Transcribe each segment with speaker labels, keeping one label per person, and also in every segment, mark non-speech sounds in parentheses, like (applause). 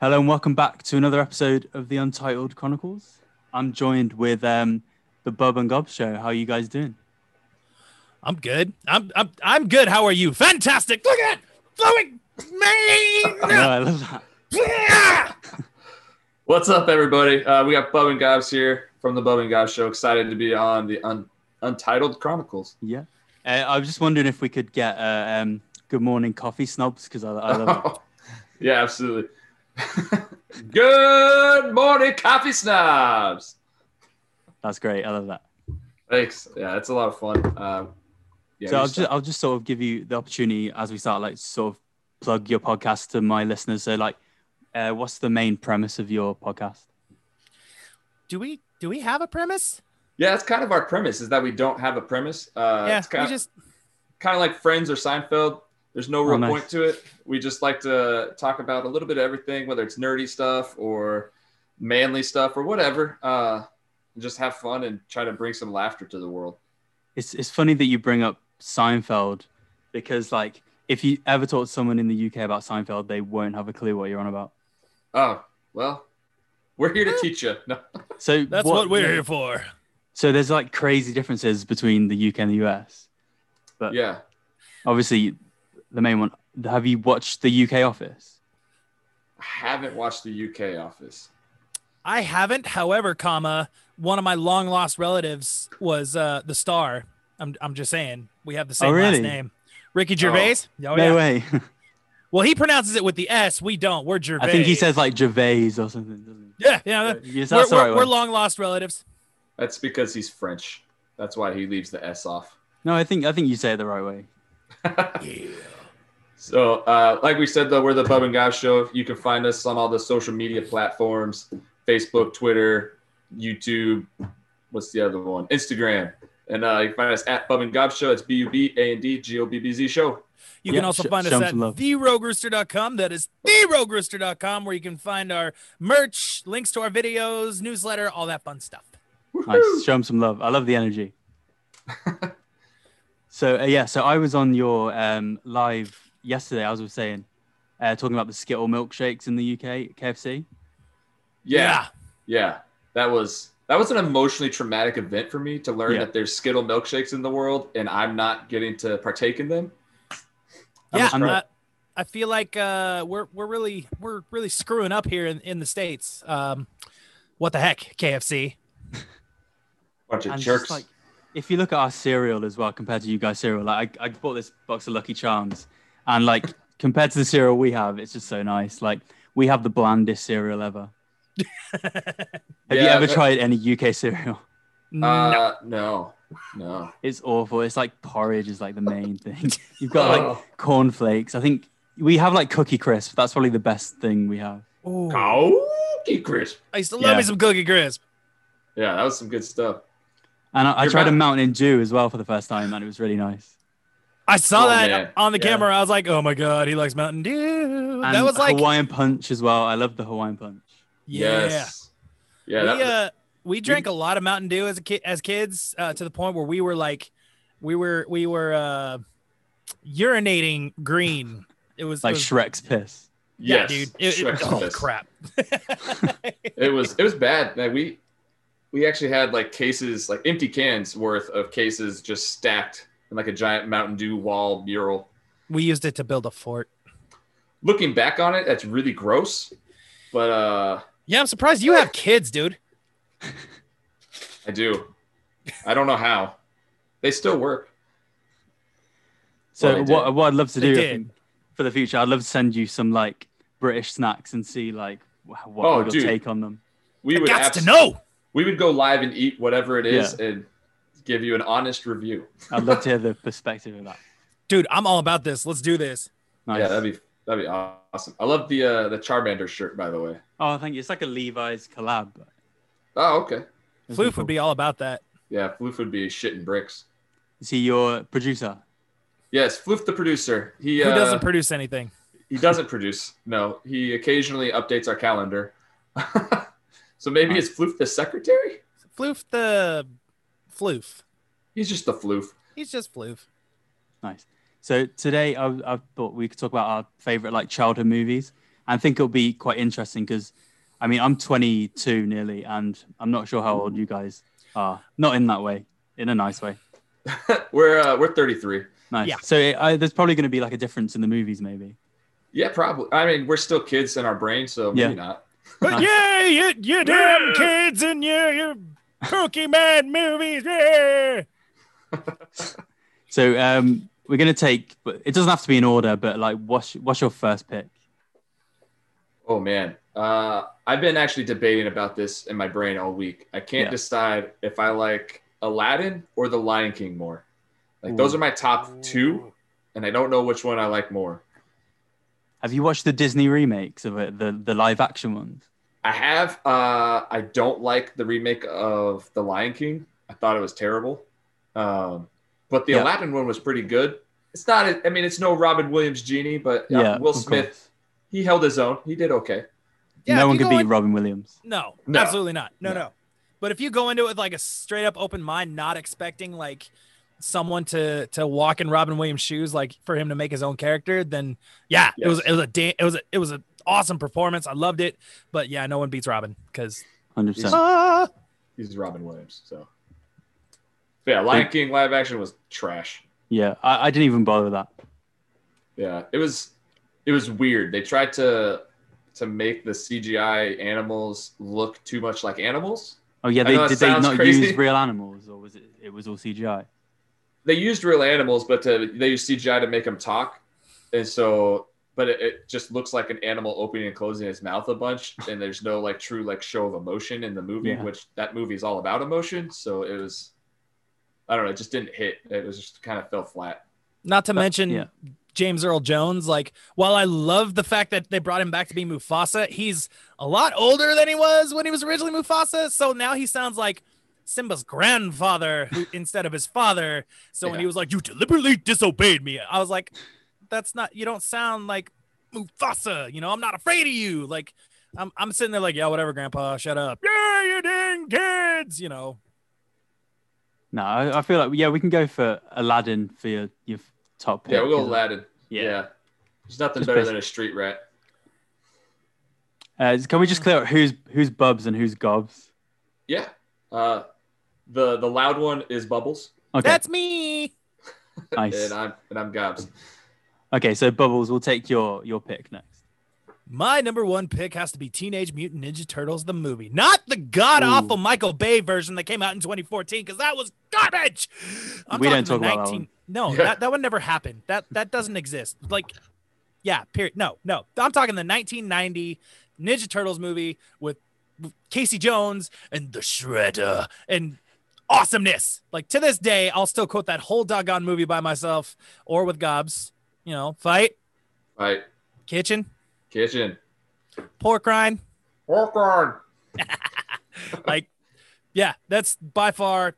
Speaker 1: Hello and welcome back to another episode of the Untitled Chronicles. I'm joined with um, the Bob and Gob Show. How are you guys doing?
Speaker 2: I'm good. I'm I'm I'm good. How are you? Fantastic. Look at
Speaker 1: (laughs)
Speaker 2: flowing
Speaker 1: No,
Speaker 2: mane.
Speaker 1: I love that.
Speaker 2: Yeah.
Speaker 3: What's up, everybody? Uh, we got Bub and Gobs here from the Bub and Gobs Show. Excited to be on the un- Untitled Chronicles.
Speaker 1: Yeah. Uh, I was just wondering if we could get uh, um, Good Morning Coffee Snobs because I, I
Speaker 3: (laughs)
Speaker 1: love it.
Speaker 3: yeah, absolutely. (laughs) Good morning, coffee snobs.
Speaker 1: That's great. I love that.
Speaker 3: Thanks. Yeah, it's a lot of fun. Uh, yeah,
Speaker 1: so
Speaker 3: we
Speaker 1: I'll
Speaker 3: just-
Speaker 1: just, I'll just sort of give you the opportunity as we start, like, sort of plug your podcast to my listeners. So, like, uh, what's the main premise of your podcast?
Speaker 2: Do we do we have a premise?
Speaker 3: yeah, that's kind of our premise is that we don't have a premise. Uh,
Speaker 2: yeah.
Speaker 3: it's kind
Speaker 2: we
Speaker 3: of,
Speaker 2: just
Speaker 3: kind of like Friends or Seinfeld. There's no real
Speaker 1: Oh, nice.
Speaker 3: point to it. We just like to talk about a little bit of everything, whether it's nerdy stuff or manly stuff or whatever. Uh, and just have fun and try to bring some laughter to the world.
Speaker 1: It's it's funny that you bring up Seinfeld because like if you ever talk to someone in the UK about Seinfeld, they won't have a clue what you're on about.
Speaker 3: Oh, well, we're here to teach you. No.
Speaker 1: So
Speaker 2: that's what, we're here for.
Speaker 1: So there's like crazy differences between the UK and the US. But
Speaker 3: Yeah.
Speaker 1: obviously, the main one. Have you watched the UK Office?
Speaker 3: I haven't watched the UK office.
Speaker 2: I haven't, however, comma, one of my long lost relatives was uh the star. I'm I'm just saying we have the same
Speaker 1: Oh, really?
Speaker 2: last name. Ricky Gervais.
Speaker 1: no
Speaker 2: Oh, yeah.
Speaker 1: way.
Speaker 2: Well, he pronounces it with the S. We don't. We're Gervais.
Speaker 1: I think he says like Gervais or something. Doesn't
Speaker 2: Yeah, yeah.
Speaker 1: he? Yes,
Speaker 2: We're,
Speaker 1: that's the
Speaker 2: we're,
Speaker 1: right
Speaker 2: we're
Speaker 1: one.
Speaker 2: long lost relatives.
Speaker 3: That's because he's French. That's why he leaves the S off.
Speaker 1: No, I think I think you say it the right way.
Speaker 3: So, uh, like we said, though, we're the Bub and Guys Show. You can find us on all the social media platforms Facebook, Twitter, YouTube. What's the other one? Instagram. And uh, you can find us at Bub and Gob Show. It's B U B A N D G O B B Z Show.
Speaker 2: You
Speaker 1: Yeah,
Speaker 2: can also
Speaker 1: sh-
Speaker 2: find us
Speaker 1: show 'em
Speaker 2: at
Speaker 1: some love.
Speaker 2: therogerooster.com. That is therogerooster.com, where you can find our merch, links to our videos, newsletter, all that fun stuff.
Speaker 1: Nice. Show him some love. I love the
Speaker 3: (laughs)
Speaker 1: energy. so uh, yeah, so I was on your um, live yesterday. As I was saying, uh, talking about the Skittle milkshakes in the UK KFC.
Speaker 3: Yeah. Yeah, that was that was an emotionally traumatic event for me to learn
Speaker 1: Yeah.
Speaker 3: that there's Skittle milkshakes in the world and I'm not getting to partake in them.
Speaker 2: Yeah.
Speaker 3: I'm
Speaker 2: yeah
Speaker 3: surprised.
Speaker 2: uh, I feel like uh, we're we're really we're really screwing up here in, in the states. Um, what the heck, KFC?
Speaker 3: Bunch of
Speaker 1: And
Speaker 3: jerks.
Speaker 1: just like, if you look at our cereal as well compared to you guys' cereal, like I, I bought this box of Lucky Charms, and
Speaker 3: (laughs)
Speaker 1: like compared to the cereal we have, it's just so nice. Like we have the blandest cereal ever.
Speaker 3: (laughs)
Speaker 1: Have you
Speaker 3: Yeah,
Speaker 1: ever
Speaker 3: that-
Speaker 1: tried any UK cereal? (laughs)
Speaker 3: uh, no. No.
Speaker 1: It's awful. It's like porridge is like the main
Speaker 3: (laughs)
Speaker 1: thing. You've got like cornflakes. I think we have like cookie crisp. That's probably the best thing we have.
Speaker 2: Ooh,
Speaker 3: Cookie crisp.
Speaker 2: I used to love
Speaker 1: Yeah.
Speaker 2: me some cookie crisp.
Speaker 3: Yeah, that was some good stuff.
Speaker 1: And I, I
Speaker 3: You're
Speaker 1: tried a
Speaker 3: back.
Speaker 1: Mountain Dew as well for the first time, and it was really nice.
Speaker 2: I saw
Speaker 3: Oh,
Speaker 2: that
Speaker 3: man.
Speaker 2: on the
Speaker 3: Yeah.
Speaker 2: camera. I was like, oh my god, he likes Mountain Dew.
Speaker 1: And
Speaker 2: that was like,
Speaker 1: Hawaiian Punch as well. I love the Hawaiian Punch.
Speaker 2: yeah.
Speaker 3: Yes. Yeah.
Speaker 2: we,
Speaker 3: that-
Speaker 2: uh, we drank a lot of Mountain Dew as a kid, as kids, uh, to the point where we were like, we were we were uh, urinating green. It was
Speaker 1: Like
Speaker 2: it was,
Speaker 1: Shrek's piss.
Speaker 2: yeah,
Speaker 3: yes.
Speaker 2: dude. It, it-
Speaker 3: Shrek's
Speaker 2: oh
Speaker 3: piss.
Speaker 2: crap!
Speaker 3: It was it was bad. Man, we we actually had like cases, like empty cans worth of cases just stacked in like a giant Mountain Dew wall mural.
Speaker 2: (laughs) we used it to build a fort.
Speaker 3: looking back on it, that's really gross. But uh,
Speaker 2: Yeah, I'm surprised you have kids, dude.
Speaker 3: I do. I don't know how. They still work.
Speaker 1: So
Speaker 3: Well, they
Speaker 1: what, what I'd love to do
Speaker 2: They
Speaker 1: I
Speaker 2: did.
Speaker 1: think, for the future, I'd love to send you some like British snacks and see like wh- what
Speaker 3: Oh,
Speaker 1: your
Speaker 3: dude.
Speaker 1: take on them.
Speaker 3: We
Speaker 2: I
Speaker 3: would
Speaker 2: got
Speaker 3: abs-
Speaker 2: to know.
Speaker 3: We would go live and eat whatever it is and give you an honest review.
Speaker 1: I'd love to hear the perspective of that.
Speaker 2: Dude, I'm all about this. Let's do this.
Speaker 1: Nice.
Speaker 3: Yeah, that'd be that'd be awesome. I love the uh, the Charmander shirt, by the way.
Speaker 1: oh, thank you. It's like a Levi's collab.
Speaker 3: Oh, okay.
Speaker 1: It's
Speaker 2: Floof
Speaker 1: cool.
Speaker 2: would be all about that.
Speaker 3: Yeah, Floof would be shitting bricks.
Speaker 1: Is he your producer?
Speaker 3: Yes, Floof the producer. He uh,
Speaker 2: Who doesn't produce anything?
Speaker 3: he doesn't produce. No, he occasionally updates our calendar. (laughs) so maybe it's Floof the secretary.
Speaker 2: Floof the floof.
Speaker 3: He's just the Floof.
Speaker 2: He's just floof.
Speaker 1: Nice. So today I, I thought we could talk about our favorite like childhood movies, I think it'll be quite interesting because, I mean, I'm 22 nearly, and I'm not sure how old you guys are. Not in that way, in a nice way.
Speaker 3: we're uh, we're 33.
Speaker 1: Nice.
Speaker 2: Yeah.
Speaker 1: So it, I, there's probably going to be like a difference in the movies, maybe.
Speaker 3: Yeah, probably. I mean, we're still kids in our brain, so
Speaker 1: Yeah.
Speaker 3: maybe not.
Speaker 2: But yeah, you, you damn kids and you, you Cookie Man movies. Yeah.
Speaker 1: So um, we're going to take, but it doesn't have to be in order. But like, what's what's your first pick?
Speaker 3: Oh man, uh, I've been actually debating about this in my brain all week. I can't
Speaker 1: Yeah.
Speaker 3: decide if I like Aladdin or The Lion King more. Like those
Speaker 1: Ooh.
Speaker 3: are my top two, and I don't know which one I like more.
Speaker 1: Have you watched the Disney remakes of it, the the live action ones?
Speaker 3: I have. Uh, I don't like the remake of The Lion King. I thought it was terrible, um, but the
Speaker 1: Yeah.
Speaker 3: Aladdin one was pretty good. It's not. I mean, it's no Robin Williams genie, but uh, Will
Speaker 1: of
Speaker 3: Smith
Speaker 1: course.
Speaker 3: he held his own. He did okay.
Speaker 2: Yeah,
Speaker 1: no
Speaker 2: if
Speaker 1: one
Speaker 2: you
Speaker 1: could
Speaker 2: go
Speaker 1: beat
Speaker 2: in-
Speaker 1: Robin Williams.
Speaker 2: No,
Speaker 3: No.
Speaker 2: absolutely not. No, no,
Speaker 3: No.
Speaker 2: But if you go into it with like a straight up open mind, not expecting like someone to to walk in Robin Williams' shoes, like for him to make his own character, then yeah, it was
Speaker 3: Yes.
Speaker 2: it was a da- it was a, it was an awesome performance. I loved it. But yeah, no one beats Robin because
Speaker 1: Hundred percent.
Speaker 2: Ah!
Speaker 3: He's Robin Williams. So, yeah, Lion King live action was trash.
Speaker 1: Yeah, I, I didn't even bother with that.
Speaker 3: Yeah, it was it was weird. They tried to to make the CGI animals look too much like animals.
Speaker 1: Oh yeah,
Speaker 3: I
Speaker 1: they
Speaker 3: know it
Speaker 1: did they
Speaker 3: sounds
Speaker 1: not
Speaker 3: crazy.
Speaker 1: use real animals, or was it it was all CGI?
Speaker 3: They used real animals, but to, they used CGI to make them talk, and so but it, it just looks like an animal opening and closing its mouth a
Speaker 1: (laughs)
Speaker 3: bunch, and there's no like true like show of emotion in the movie,
Speaker 1: Yeah.
Speaker 3: which that movie is all about emotion. So it was. I don't know. It just didn't hit. It was just kind of fell flat.
Speaker 2: Not to
Speaker 1: But-
Speaker 2: mention
Speaker 1: yeah.
Speaker 2: James Earl Jones. Like, while I love the fact that they brought him back to be Mufasa, he's a lot older than he was when he was originally Mufasa. So now he sounds like Simba's grandfather (laughs) who, instead of his father. So when
Speaker 3: Yeah.
Speaker 2: he was like, "You deliberately disobeyed me," I was like, "That's not. You don't sound like Mufasa. You know, I'm not afraid of you." Like. I'm, I'm sitting there like, yeah, whatever, Grandpa, shut up. Yeah, you dang kids, you know.
Speaker 1: No, I, I feel like yeah, we can go for Aladdin for your, your top pick.
Speaker 3: Yeah, we'll go
Speaker 1: isn't it?
Speaker 3: Aladdin. Yeah.
Speaker 1: Yeah.
Speaker 3: There's nothing
Speaker 1: Just
Speaker 3: better
Speaker 1: basic-
Speaker 3: than a street rat.
Speaker 1: Uh, can we just clear up who's who's Bubs and who's Gobs?
Speaker 3: Yeah. Uh, the the loud one is Bubbles,
Speaker 1: Okay,
Speaker 2: That's me.
Speaker 1: nice.
Speaker 3: and I'm and I'm Gobs.
Speaker 1: Okay, so Bubbles, we'll take your your pick next.
Speaker 2: My number one pick has to be Teenage Mutant Ninja Turtles, the movie, not the god awful
Speaker 1: Ooh.
Speaker 2: Michael Bay version that came out in 2014, because that was garbage.
Speaker 1: We
Speaker 2: talking
Speaker 1: didn't talk about that one.
Speaker 2: No,
Speaker 3: Yeah.
Speaker 2: that, that would never happen. That that doesn't exist. Like, yeah, period. No, no. I'm talking the 1990 Ninja Turtles movie with Casey Jones and the Shredder and awesomeness. Like to this day, I'll still quote that whole doggone movie by myself or with Gobs. You know, fight
Speaker 3: All right,
Speaker 2: kitchen
Speaker 3: kitchen.
Speaker 2: pork rind.
Speaker 3: Pork rind.
Speaker 2: like yeah that's by far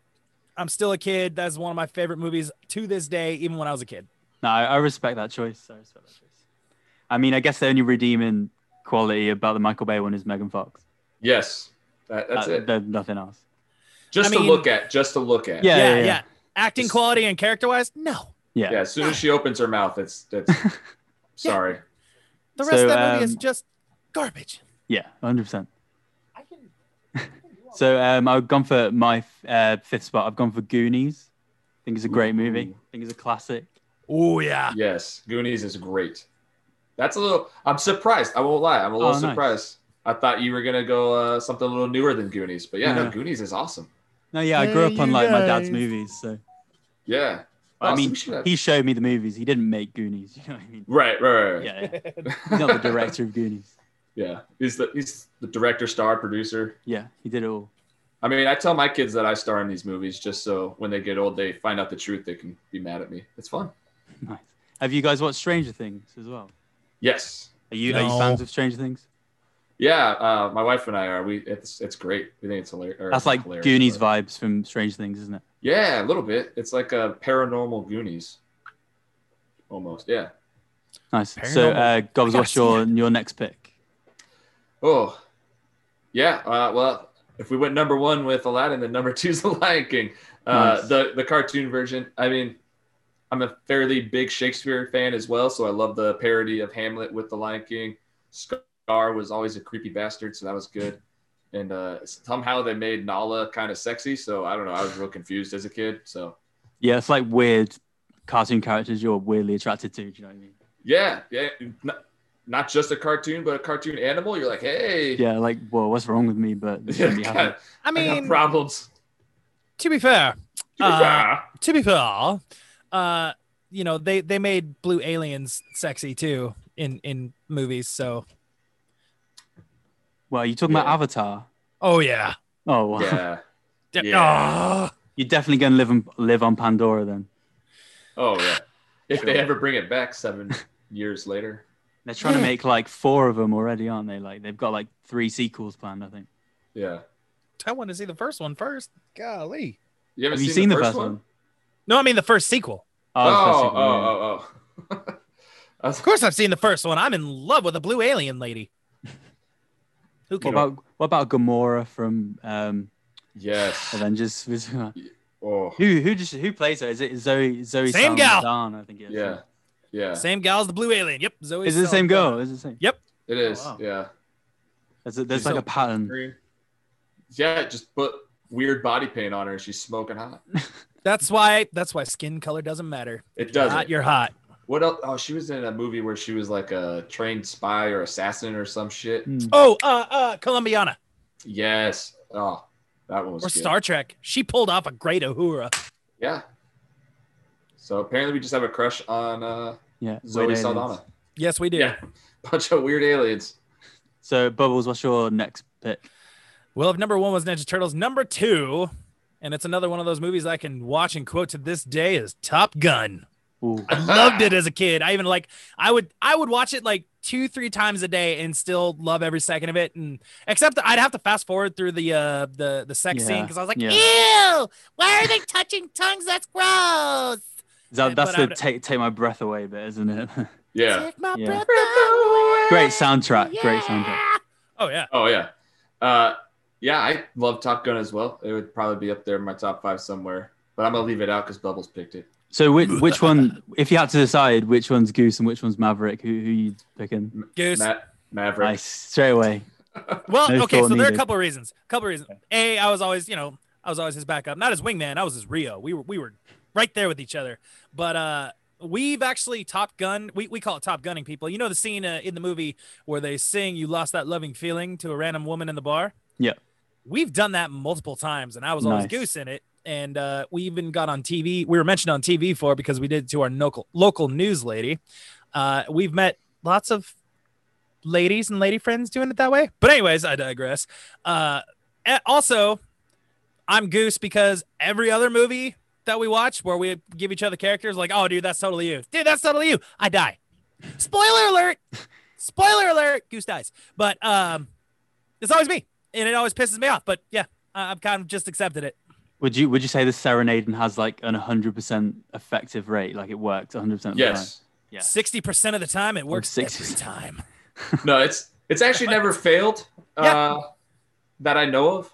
Speaker 2: i'm still a kid that's one of my favorite movies to this day even when i was a kid
Speaker 1: No, I, I respect that choice. I respect that choice. I mean, I guess the only redeeming quality about the Michael Bay one is Megan Fox.
Speaker 3: Yes, that, that's
Speaker 1: Uh,
Speaker 3: it.
Speaker 1: there's nothing else.
Speaker 3: Just
Speaker 2: I
Speaker 3: to
Speaker 2: mean-
Speaker 3: look at. Just to look at.
Speaker 1: Yeah, yeah, yeah.
Speaker 2: acting
Speaker 3: Just-
Speaker 2: quality and character wise no
Speaker 1: Yeah.
Speaker 3: Yeah. as soon as she opens her mouth, it's
Speaker 1: (laughs)
Speaker 3: that's. sorry.
Speaker 2: the rest
Speaker 1: So,
Speaker 2: of that movie is
Speaker 1: um,
Speaker 2: just garbage
Speaker 1: Yeah, hundred percent.
Speaker 2: I
Speaker 1: (laughs)
Speaker 2: can,
Speaker 1: So um, I've gone for my f- uh, fifth spot. I've gone for Goonies. I think it's a great movie.
Speaker 3: Ooh.
Speaker 1: I think it's a classic.
Speaker 2: oh yeah
Speaker 3: Yes, Goonies is great. That's a little. I'm surprised. I won't lie. I'm a
Speaker 1: Oh,
Speaker 3: little
Speaker 1: nice.
Speaker 3: surprised. I thought you were gonna go uh, something a little newer than Goonies, but yeah, no,
Speaker 1: Yeah.
Speaker 3: Goonies is awesome.
Speaker 1: No, yeah, I grew
Speaker 2: Yeah,
Speaker 1: up on
Speaker 2: you
Speaker 1: like my dad's
Speaker 2: guys.
Speaker 1: movies. So
Speaker 3: Yeah.
Speaker 1: I
Speaker 3: Awesome.
Speaker 1: mean,
Speaker 3: We should have-
Speaker 1: he showed me the movies. He didn't make Goonies. (laughs) You know what I mean?
Speaker 3: right, right, right, right.
Speaker 1: Yeah, yeah. he's not the director of Goonies.
Speaker 3: (laughs) Yeah, he's the he's the director, star, producer.
Speaker 1: Yeah, he did it all. (laughs)
Speaker 3: I mean, I tell my kids that I star in these movies just so when they get old, they find out the truth. They can be mad at me. It's fun.
Speaker 1: Nice. Have you guys watched Stranger Things as well?
Speaker 3: Yes.
Speaker 1: Are you are
Speaker 2: No.
Speaker 1: you fans of Stranger Things?
Speaker 3: Yeah. Uh, my wife and I are. We it's it's great. We think it's hilar- or
Speaker 1: That's like
Speaker 3: hilarious.
Speaker 1: Goonies vibes from Stranger Things, isn't it?
Speaker 3: Yeah, a little bit. It's like a paranormal Goonies. Almost. Yeah.
Speaker 1: Nice. So, uh,
Speaker 2: Paranormal. I
Speaker 1: Gobs,
Speaker 2: gotta
Speaker 1: what's
Speaker 2: see
Speaker 1: your your next pick?
Speaker 3: Oh. Yeah. Uh, well, if we went number one with Aladdin, then number (laughs) two's The Lion King. Uh,
Speaker 1: Nice.
Speaker 3: The the cartoon version. I mean, I'm a fairly big Shakespeare fan as well, so I love the parody of Hamlet with The Lion King. Scar was always a creepy bastard, so that was good. And uh, somehow they made Nala kind of sexy, so I don't know. I was real confused as a kid. So
Speaker 1: Yeah, it's like weird cartoon characters you're weirdly attracted to. Do you know what I mean?
Speaker 3: yeah, yeah, not, not just a cartoon, but a cartoon animal. You're like, hey,
Speaker 1: Yeah, like whoa, what's wrong with me? But
Speaker 3: (laughs)
Speaker 1: this shouldn't be
Speaker 3: God,
Speaker 1: happening.
Speaker 2: I
Speaker 3: I got
Speaker 2: mean,
Speaker 3: problems.
Speaker 2: to be fair,
Speaker 3: (laughs)
Speaker 2: Uh,
Speaker 3: Ah.
Speaker 2: to be fair, uh, you know they they made blue aliens sexy too in in movies. So
Speaker 1: Well, you talking
Speaker 3: Yeah.
Speaker 1: about Avatar?
Speaker 2: oh yeah,
Speaker 1: Oh, wow.
Speaker 3: yeah.
Speaker 2: De-
Speaker 3: Yeah.
Speaker 2: Ah.
Speaker 1: (laughs) you're definitely gonna live and live on Pandora then.
Speaker 3: Oh yeah. If they
Speaker 1: Sure.
Speaker 3: ever bring it back seven years later.
Speaker 1: They're trying to make like four of them already, aren't they? Like they've got like three sequels planned, I think.
Speaker 3: Yeah.
Speaker 2: I want to see the first one first. Golly,
Speaker 3: You haven't
Speaker 1: Have you seen the first one?
Speaker 2: no, I mean the first sequel.
Speaker 1: the first
Speaker 3: Oh, oh,
Speaker 1: sequel, yeah.
Speaker 3: oh, oh, (laughs) I was-
Speaker 2: Of course, I've seen the first one. I'm in love with a blue alien lady. Who
Speaker 1: What
Speaker 2: can?
Speaker 1: about what about Gamora from um,
Speaker 3: yes.
Speaker 1: Avengers? (laughs) who
Speaker 3: Oh,
Speaker 1: who just who plays her? Is it Zoe Zoe
Speaker 2: Same gal.
Speaker 1: Saldana? I think it is.
Speaker 3: yeah. Yeah.
Speaker 2: Same gal's the blue alien. Yep, Zoe.
Speaker 1: Is it the same
Speaker 2: Saldana.
Speaker 1: girl? Is it the same?
Speaker 3: It is.
Speaker 2: Oh, wow.
Speaker 3: Yeah.
Speaker 1: There's, a, there's
Speaker 3: She's
Speaker 1: like a pattern.
Speaker 3: Yeah. Just put weird body paint on her. She's smoking hot.
Speaker 2: That's why. That's why skin color doesn't matter.
Speaker 3: It does.
Speaker 2: Hot, you're hot.
Speaker 3: What else? Oh, she was in a movie where she was like a trained spy or assassin or some shit.
Speaker 1: Hmm.
Speaker 2: Oh, uh, uh, Columbiana
Speaker 3: Yes. Oh, that one was
Speaker 2: or
Speaker 3: good.
Speaker 2: Star Trek. She pulled off a great Uhura.
Speaker 3: Yeah. So apparently we just have a crush on uh,
Speaker 1: Yeah.
Speaker 3: Zoe
Speaker 1: weird aliens.
Speaker 3: Saldana.
Speaker 1: (laughs)
Speaker 2: Yes, we do.
Speaker 3: Yeah. Bunch of weird aliens.
Speaker 1: So Bubbles, what's your next pick?
Speaker 2: Well, if number one was Ninja Turtles, number two, and it's another one of those movies I can watch and quote to this day is Top Gun.
Speaker 1: Ooh.
Speaker 2: I loved
Speaker 1: Ah.
Speaker 2: it as a kid. I even like I would I would watch it like two three times a day and still love every second of it. And except that I'd have to fast forward through the uh the the sex
Speaker 1: Yeah,
Speaker 2: scene because I was like,
Speaker 1: yeah.
Speaker 2: ew, why are they touching tongues? That's gross.
Speaker 1: That, that's
Speaker 2: but
Speaker 1: the
Speaker 2: I'd-
Speaker 1: take take my breath away bit, isn't it?
Speaker 3: (laughs)
Speaker 1: (laughs)
Speaker 3: Yeah.
Speaker 2: Take my
Speaker 1: Yeah.
Speaker 2: breath
Speaker 1: Great soundtrack. Great soundtrack.
Speaker 2: Yeah. Oh yeah.
Speaker 3: Oh yeah. Uh, yeah, I love Top Gun as well. It would probably be up there in my top five somewhere. But I'm gonna leave it out because Bubbles picked it.
Speaker 1: So which
Speaker 3: (laughs)
Speaker 1: which one? If you had to decide which one's Goose and which one's Maverick, who who you picking?
Speaker 2: Goose.
Speaker 3: Matt Maverick.
Speaker 1: Nice straight away.
Speaker 2: Well,
Speaker 1: No
Speaker 2: okay, so
Speaker 1: thought
Speaker 2: there are a
Speaker 1: needed.
Speaker 2: couple of reasons. couple of reasons. A, I was always, you know, I was always his backup, not his wingman. I was his Rio. We were we were right there with each other. But uh we've actually Top Gun. We we call it Top Gunning people. You know the scene uh, in the movie where they sing "You Lost That Loving Feeling" to a random woman in the bar.
Speaker 1: Yeah.
Speaker 2: we've done that multiple times, and I was always
Speaker 1: Nice.
Speaker 2: goose in it. And uh, we even got on TV. We were mentioned on TV for it because we did it to our local local news lady. Uh, we've met lots of ladies and lady friends doing it that way. But anyways, I digress. Uh, a- also, I'm Goose because every other movie that we watch where we give each other characters, like, oh, dude, that's totally you. Dude, that's totally you. I die. Spoiler alert. Spoiler alert. Goose dies. But um, it's always me, and it always pisses me off. But yeah, I- I've kind of just accepted it.
Speaker 1: Would you would you say the serenading has like an 100% effective rate? Like it works 100% of the
Speaker 3: Yes.
Speaker 1: Yeah.
Speaker 2: Sixty percent of the time, it works
Speaker 1: 60%.
Speaker 2: every time.
Speaker 3: (laughs) No, it's it's actually never
Speaker 2: (laughs)
Speaker 3: failed. Uh, That I know of.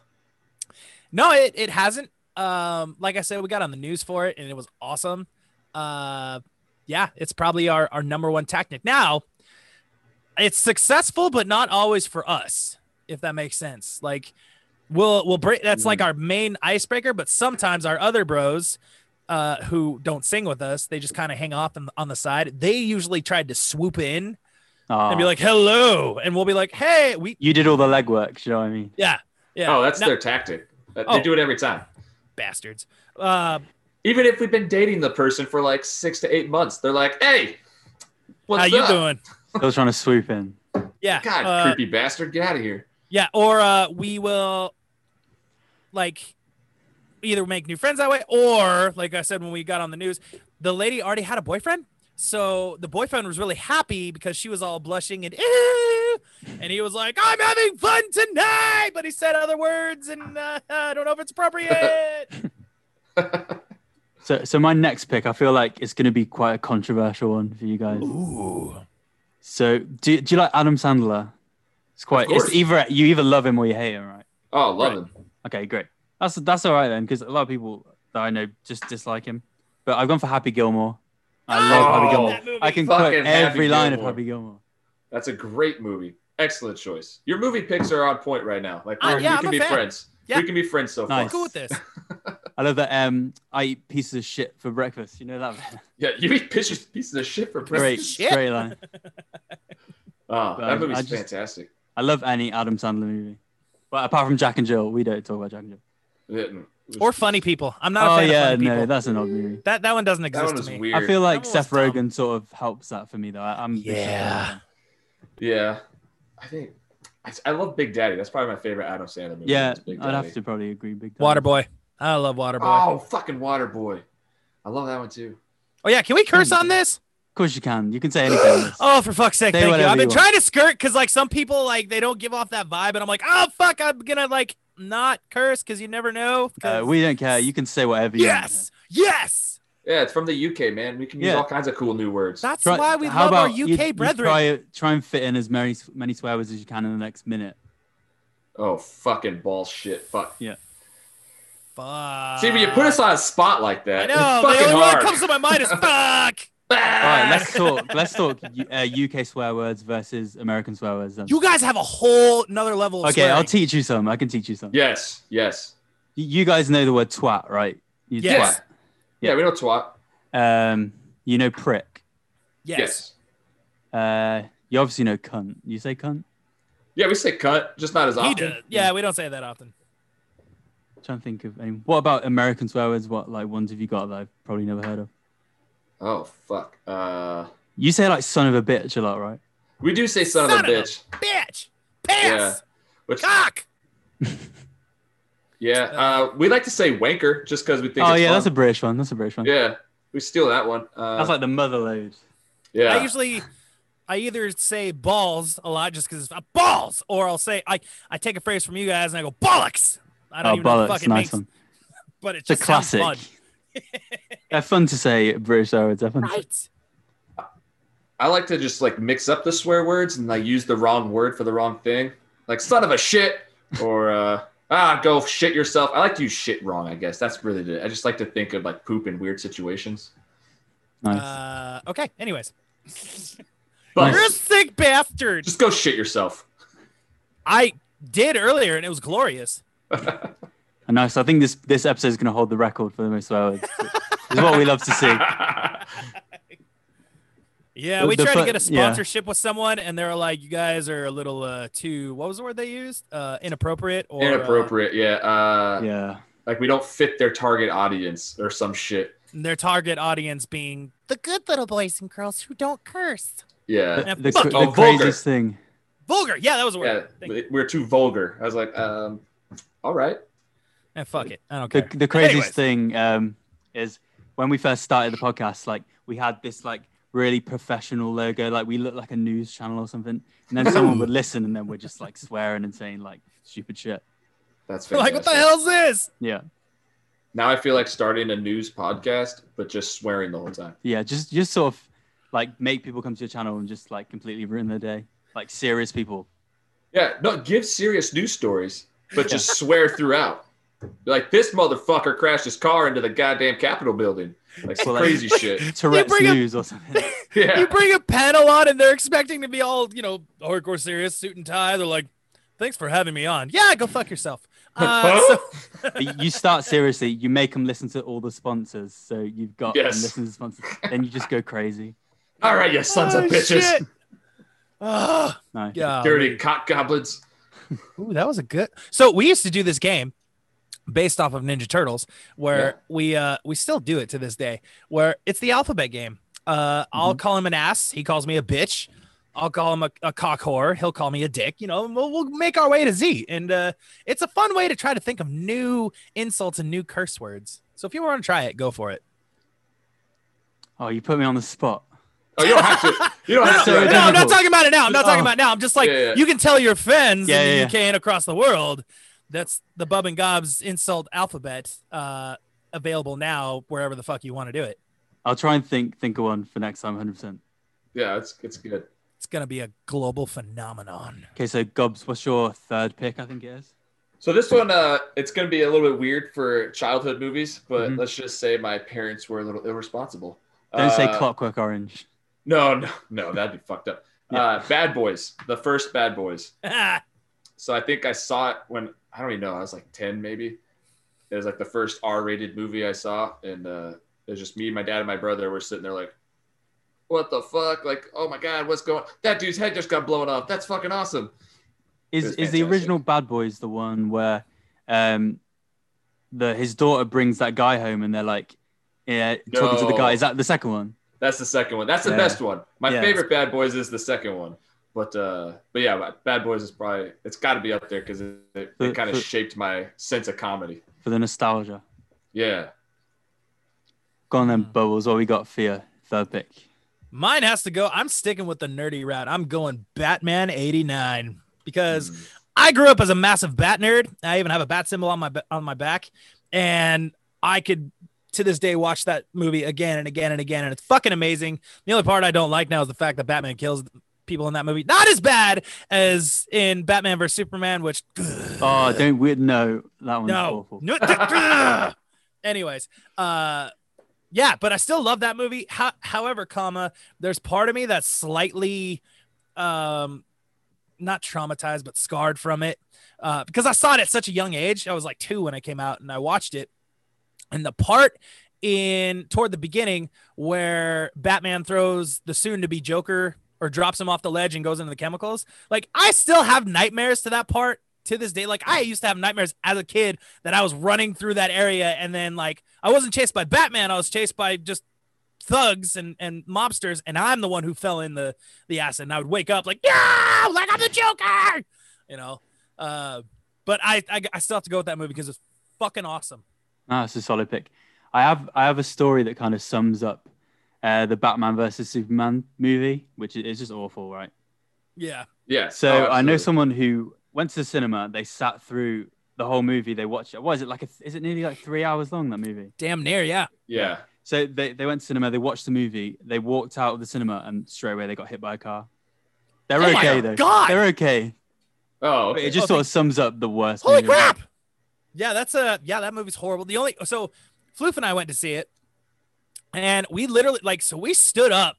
Speaker 2: No, it it hasn't. Um, like I said, we got on the news for it, and it was awesome. Uh, yeah, it's probably our our number one tactic now. It's successful, but not always for us, if that makes sense. Like, we'll we'll break. That's
Speaker 3: Mm-hmm.
Speaker 2: like our main icebreaker, but sometimes our other bros. Uh, who don't sing with us? They just kind of hang off on, on the side. They usually tried to swoop in
Speaker 1: Time?
Speaker 2: and
Speaker 1: Oh,
Speaker 2: be like, "Hello," and we'll be like, "Hey, we
Speaker 1: you did all the legwork. You know what I mean?
Speaker 2: yeah yeah."
Speaker 3: Oh, that's
Speaker 2: no-
Speaker 3: their tactic. Uh,
Speaker 2: Oh.
Speaker 3: They do it every time.
Speaker 2: bastards. Uh,
Speaker 3: Even if we've been dating the person for like six to eight months, they're like, "Hey, what's
Speaker 2: how you
Speaker 3: up?
Speaker 2: doing?
Speaker 1: Still trying to swoop in.
Speaker 2: Yeah.
Speaker 3: God,
Speaker 2: uh,
Speaker 3: creepy bastard, get out of here."
Speaker 2: Yeah. Or uh, we will like either make new friends that way, or like I said when we got on the news, the lady already had a boyfriend. So the boyfriend was really happy because she was all blushing and "Ew," and he was like, "I'm having fun tonight," but he said other words, and uh, I don't know if
Speaker 1: (laughs)
Speaker 2: it's appropriate.
Speaker 1: So so my next pick, I feel like it's going to be quite a controversial one for you guys.
Speaker 2: Ooh,
Speaker 1: So do, do you like Adam Sandler? It's quite. It's
Speaker 3: course.
Speaker 1: either you either love him or you hate him, right?
Speaker 3: Oh, love
Speaker 2: Right.
Speaker 3: him.
Speaker 1: Okay, great. That's that's all right then, because a lot of people that I know just dislike him. But I've gone for Happy Gilmore. I love
Speaker 3: Oh,
Speaker 1: Happy
Speaker 2: love
Speaker 1: Gilmore.
Speaker 2: that movie.
Speaker 1: I can
Speaker 3: Fucking
Speaker 1: quote
Speaker 3: Happy
Speaker 1: every line
Speaker 3: Gilmore.
Speaker 1: of Happy Gilmore.
Speaker 3: That's a great movie. Excellent choice. Your movie picks are on point right now. Like
Speaker 2: Uh,
Speaker 3: we're-
Speaker 2: yeah,
Speaker 3: we
Speaker 2: I'm
Speaker 3: can
Speaker 2: a
Speaker 3: be
Speaker 2: fan.
Speaker 3: friends.
Speaker 2: Yeah.
Speaker 3: We can be friends so
Speaker 2: I'm
Speaker 1: Nice.
Speaker 3: far.
Speaker 2: cool with this.
Speaker 1: I love that. Um, I eat pieces of shit for breakfast. You know (laughs) that?
Speaker 3: Yeah, you eat pieces, pieces of shit for
Speaker 1: great,
Speaker 3: breakfast.
Speaker 2: shit.
Speaker 1: great line.
Speaker 3: Oh,
Speaker 1: Um,
Speaker 3: that movie's
Speaker 1: I just-
Speaker 3: fantastic.
Speaker 1: I love any Adam Sandler movie, but apart from Jack and Jill, we don't talk about Jack and Jill.
Speaker 3: Yeah, it was-
Speaker 2: Or funny people. I'm not a
Speaker 1: oh
Speaker 2: fan
Speaker 1: yeah,
Speaker 2: of funny
Speaker 1: no,
Speaker 2: people.
Speaker 1: that's an odd movie.
Speaker 2: That that one doesn't
Speaker 3: that
Speaker 2: exist
Speaker 3: one was
Speaker 2: to me.
Speaker 3: weird.
Speaker 1: I feel like
Speaker 2: That one was
Speaker 1: Seth
Speaker 2: dumb.
Speaker 1: Rogen sort of helps that for me though. I, I'm a big Seth Rogen
Speaker 2: Yeah.
Speaker 1: fan.
Speaker 3: yeah, I think I, I love Big Daddy. That's probably my favorite Adam Sandler movie.
Speaker 1: yeah.
Speaker 3: is Big
Speaker 1: I'd have
Speaker 3: Daddy.
Speaker 1: to probably agree. Big Daddy.
Speaker 2: Waterboy. I love Waterboy. Oh.
Speaker 3: Oh, fucking Waterboy. I love that one too.
Speaker 2: yeah, can we curse on this?
Speaker 1: Of course you can. You can say
Speaker 2: (laughs)
Speaker 1: anything.
Speaker 2: Oh, for fuck's sake,
Speaker 1: Say
Speaker 2: thank you.
Speaker 1: whatever
Speaker 2: I've
Speaker 1: you
Speaker 2: been
Speaker 1: want.
Speaker 2: trying to skirt because like some people like they don't give off that vibe, and I'm like, oh fuck, I'm gonna like not curse because you never know.
Speaker 1: Uh,
Speaker 2: 'cause-
Speaker 1: we don't care. You can say whatever. you want.
Speaker 2: yes, yes.
Speaker 3: Yeah, it's from the UK, man. We can use
Speaker 1: Yeah.
Speaker 3: all kinds of cool new words.
Speaker 2: That's
Speaker 1: Try-
Speaker 2: why we
Speaker 1: how
Speaker 2: love our
Speaker 1: about
Speaker 2: UK
Speaker 1: you- you
Speaker 2: brethren.
Speaker 1: try, try and fit in as many many swear words as you can in the next minute.
Speaker 3: oh, fucking bullshit. Fuck.
Speaker 2: Fuck.
Speaker 3: See, when you put us on a spot like
Speaker 2: Uh, I
Speaker 3: that,
Speaker 2: know.
Speaker 3: it's
Speaker 2: the
Speaker 3: fucking
Speaker 2: only one
Speaker 3: hard.
Speaker 2: that comes to my mind
Speaker 3: (laughs)
Speaker 2: is fuck.
Speaker 1: All right,
Speaker 2: Ah!
Speaker 1: let's talk. let's talk uh, UK swear words versus American swear words. Then.
Speaker 2: You guys have a whole another level. Of
Speaker 1: okay,
Speaker 2: swearing.
Speaker 1: I'll teach you some. I can teach you some.
Speaker 3: yes, yes.
Speaker 1: You- You guys know the word twat, right? You
Speaker 2: Yes.
Speaker 3: Yeah. Yeah, we know twat.
Speaker 1: twat. Um, you know prick.
Speaker 2: yes.
Speaker 3: yes.
Speaker 1: Uh, you obviously know cunt. You say cunt.
Speaker 3: Yeah, we say cut, just not as
Speaker 2: He
Speaker 3: often.
Speaker 2: does. Yeah, we don't say that often.
Speaker 1: trying to think of any. What about American swear words? What like ones have you got that I've probably never heard of?
Speaker 3: Oh fuck. Uh,
Speaker 1: You say like son of a bitch a lot, right?
Speaker 3: we do say son, of a bitch.
Speaker 2: Bitch.
Speaker 3: Yeah.
Speaker 2: Pass.
Speaker 3: Which
Speaker 2: Cock.
Speaker 3: yeah, uh, we like to say wanker just because we think.
Speaker 1: oh
Speaker 3: it's
Speaker 1: yeah,
Speaker 3: fun.
Speaker 1: that's a British one. That's a British one.
Speaker 3: yeah. We steal that one. Uh,
Speaker 1: That's like the mother load.
Speaker 3: yeah.
Speaker 2: I usually, I either say balls a lot just because uh, balls, or I'll say I I take a phrase from you guys and I go bollocks. I don't
Speaker 1: Oh,
Speaker 2: even know what the
Speaker 1: bollocks!
Speaker 2: fuck it
Speaker 1: Nice
Speaker 2: means,
Speaker 1: one.
Speaker 2: but it's
Speaker 1: It's a
Speaker 2: just sounds
Speaker 1: classic. They're fun to say British swear words. They're fun.
Speaker 2: fun.
Speaker 1: to-
Speaker 2: Right.
Speaker 3: I like to just like mix up the swear words and like use the wrong word for the wrong thing, like son of a shit or uh, (laughs) ah go shit yourself. I like to use shit wrong. I guess that's really the. I just like to think of like poop in weird situations.
Speaker 1: Nice.
Speaker 2: Uh, okay. Anyways,
Speaker 3: But
Speaker 2: you're a sick bastard.
Speaker 3: just go shit yourself.
Speaker 2: I did earlier, and it was glorious.
Speaker 1: And nice. I think this this episode is going to hold the record for the most swear
Speaker 2: (laughs)
Speaker 1: words. It's what we love
Speaker 3: (laughs)
Speaker 1: to see.
Speaker 2: Yeah,
Speaker 1: The-
Speaker 2: we
Speaker 1: the
Speaker 2: tried to
Speaker 1: fu-
Speaker 2: get a
Speaker 1: yeah.
Speaker 2: sponsorship with someone, and they were like, "You guys are a little uh, too what was the word they used? Uh, inappropriate or uh,
Speaker 3: Inappropriate. Yeah. Uh,
Speaker 1: Yeah.
Speaker 3: Like we don't fit their target audience or some shit.
Speaker 2: their target audience being the good little boys and girls who don't curse."
Speaker 3: Yeah.
Speaker 2: Yeah,
Speaker 1: The, the,
Speaker 2: fuck
Speaker 1: cra-
Speaker 3: all
Speaker 1: the
Speaker 3: vulgar.
Speaker 1: craziest thing.
Speaker 2: Vulgar. Yeah, that was a
Speaker 3: Yeah.
Speaker 2: word. Thank you.
Speaker 3: We're too vulgar. I was like, um, all right.
Speaker 2: Eh, fuck it. I don't
Speaker 1: The,
Speaker 2: care.
Speaker 1: the craziest
Speaker 2: Anyways.
Speaker 1: thing um, is when we first started the podcast, like we had this like really professional logo, like we looked like a news channel or something. And then someone
Speaker 2: (laughs)
Speaker 1: would listen, and then we're just like swearing and saying like stupid shit.
Speaker 3: That's
Speaker 2: They're (laughs) like, what the
Speaker 3: fantastic.
Speaker 2: hell's this?
Speaker 1: Yeah.
Speaker 3: Now I feel like starting a news podcast, but just swearing the whole time.
Speaker 1: Yeah. Just just sort of like make people come to your channel and just like completely ruin their day. Like serious people.
Speaker 3: Yeah, no, give serious news stories, but just swear throughout. Like this motherfucker crashed his car into the goddamn Capitol building. Like some
Speaker 1: Well, like-
Speaker 3: crazy
Speaker 1: (laughs)
Speaker 3: shit.
Speaker 1: Tourette's
Speaker 2: bring up-
Speaker 1: news or something. (laughs)
Speaker 3: Yeah.
Speaker 2: You bring a panel on, and they're expecting to be all, you know, hardcore serious, suit and tie. They're like, thanks for having me on. Yeah, go fuck yourself. Uh,
Speaker 3: (laughs) Huh?
Speaker 2: so-
Speaker 1: But you start seriously, you make them listen to all the sponsors. So you've got them
Speaker 3: Yes.
Speaker 1: listen to the sponsors. Then you just go crazy.
Speaker 3: All right, you sons
Speaker 2: Oh,
Speaker 3: of bitches.
Speaker 2: (laughs) shit. Um, Ugh,
Speaker 1: No.
Speaker 2: yeah.
Speaker 3: Dirty cock goblins.
Speaker 2: Ooh, that was a good. So we used to do this game based off of Ninja Turtles, where
Speaker 3: Yeah.
Speaker 2: we uh we still do it to this day, where it's the alphabet game. Uh, I'll call him an ass. He calls me a bitch. I'll call him a, a cock whore. He'll call me a dick. You know, and we'll, we'll make our way to Z, and uh, it's a fun way to try to think of new insults and new curse words. So if you want to try it, go for it.
Speaker 1: Oh, you put me on the spot.
Speaker 3: Oh, you don't have to. You
Speaker 2: (laughs)
Speaker 3: don't
Speaker 2: No,
Speaker 3: have
Speaker 2: no,
Speaker 3: to.
Speaker 1: so it
Speaker 2: no,
Speaker 3: right
Speaker 1: doesn't-
Speaker 3: now.
Speaker 2: I'm not talking about it now. I'm not talking
Speaker 1: Oh.
Speaker 2: about it now. I'm just like
Speaker 3: Yeah, yeah.
Speaker 2: you can tell your friends
Speaker 1: Yeah,
Speaker 2: in
Speaker 1: yeah,
Speaker 2: the
Speaker 1: yeah.
Speaker 2: UK and across the world that's the Bub and Gob's insult alphabet uh, available now wherever the fuck you want to do it.
Speaker 1: I'll try and think think of one for next time 100 percent
Speaker 3: Yeah, it's it's good.
Speaker 2: It's gonna be a global phenomenon. (laughs)
Speaker 1: Okay, so Gobs, what's your third pick? I think it is.
Speaker 3: So this one, uh, it's gonna be a little bit weird for childhood movies, but
Speaker 2: Mm-hmm.
Speaker 1: Mhm.
Speaker 3: let's just say my parents were a little irresponsible.
Speaker 1: Don't say
Speaker 3: Uh,
Speaker 1: clockwork orange.
Speaker 3: No, no, no, that'd be fucked up. Uh, Bad Boys, the first Bad Boys.
Speaker 2: Ah,
Speaker 3: So I think I saw it when I don't even know. I was like ten, maybe. It was like the first R-rated movie I saw, and uh, it was just me, my dad, and my brother were sitting there like, "What the fuck? Like, oh my god, what's going? That dude's head just got blown off. That's fucking awesome."
Speaker 1: Is is
Speaker 3: It's
Speaker 1: the
Speaker 3: fantastic.
Speaker 1: original Bad Boys the one where um the his daughter brings that guy home and they're like yeah talking to the guy?
Speaker 3: No.
Speaker 1: Is that the second one?
Speaker 3: That's the second one. That's the
Speaker 1: Yeah.
Speaker 3: best one. My
Speaker 1: Yeah.
Speaker 3: favorite Bad Boys is the second one. But uh, but yeah, Bad Boys is probably it's got to be up there because it, it,
Speaker 2: Uh,
Speaker 1: For-
Speaker 3: kind of
Speaker 1: for-
Speaker 3: shaped my sense of comedy.
Speaker 1: For the nostalgia.
Speaker 3: Yeah.
Speaker 1: Go on then,
Speaker 2: Hmm.
Speaker 1: Bubbles. What we got for your third pick?
Speaker 2: mine has to go. I'm sticking with the nerdy route. I'm going Batman 89 because
Speaker 3: Mm.
Speaker 2: I grew up as a massive bat nerd. I even have a bat symbol on my ba- on my back, and I could to this day watch that movie again and again and again, and it's fucking amazing. The only part I don't like now is the fact that Batman kills people in that movie. Not as bad as in Batman vs Superman, which
Speaker 1: Oh, don't we no that one's
Speaker 2: no,
Speaker 1: awful.
Speaker 2: no. (laughs) Anyways, uh, yeah, but I still love that movie. How, however, comma, there's part of me that's slightly, um, not traumatized but scarred from it, uh, because I saw it at such a young age. I was like two when I came out, and I watched it, and the part in toward the beginning where Batman throws the soon-to-be Joker or drops him off the ledge and goes into the chemicals. Like I still have nightmares to that part to this day. Like I used to have nightmares as a kid that I was running through that area and then like I wasn't chased by Batman, I was chased by just thugs and, and mobsters and I'm the one who fell in the the acid and I would wake up like no like I'm the Joker you know uh but I I, I still have to go with that movie because it's fucking awesome
Speaker 1: Ah, it's a solid pick. I have I have a story that kind of sums up uh, the Batman versus Superman movie, which is, is just awful, right?
Speaker 2: yeah
Speaker 3: Yeah.
Speaker 1: So
Speaker 3: Oh,
Speaker 1: I know
Speaker 3: absolutely.
Speaker 1: someone who went to the cinema. They sat through the whole movie. They watched. What is it like? A, is it nearly like three hours long? That movie.
Speaker 2: damn near yeah
Speaker 3: Yeah.
Speaker 1: So they, they went to cinema. They watched the movie. They walked out of the cinema and straight away they got hit by a car. They're
Speaker 2: Oh my
Speaker 1: okay though.
Speaker 2: God!
Speaker 1: They're okay.
Speaker 3: Oh,
Speaker 1: But
Speaker 3: okay.
Speaker 1: it just
Speaker 2: Oh,
Speaker 1: sort of sums up the worst.
Speaker 2: Holy
Speaker 1: movie.
Speaker 2: crap! Yeah, that's a yeah. That movie's horrible. The only so Floof and I went to see it, and we literally like so we stood up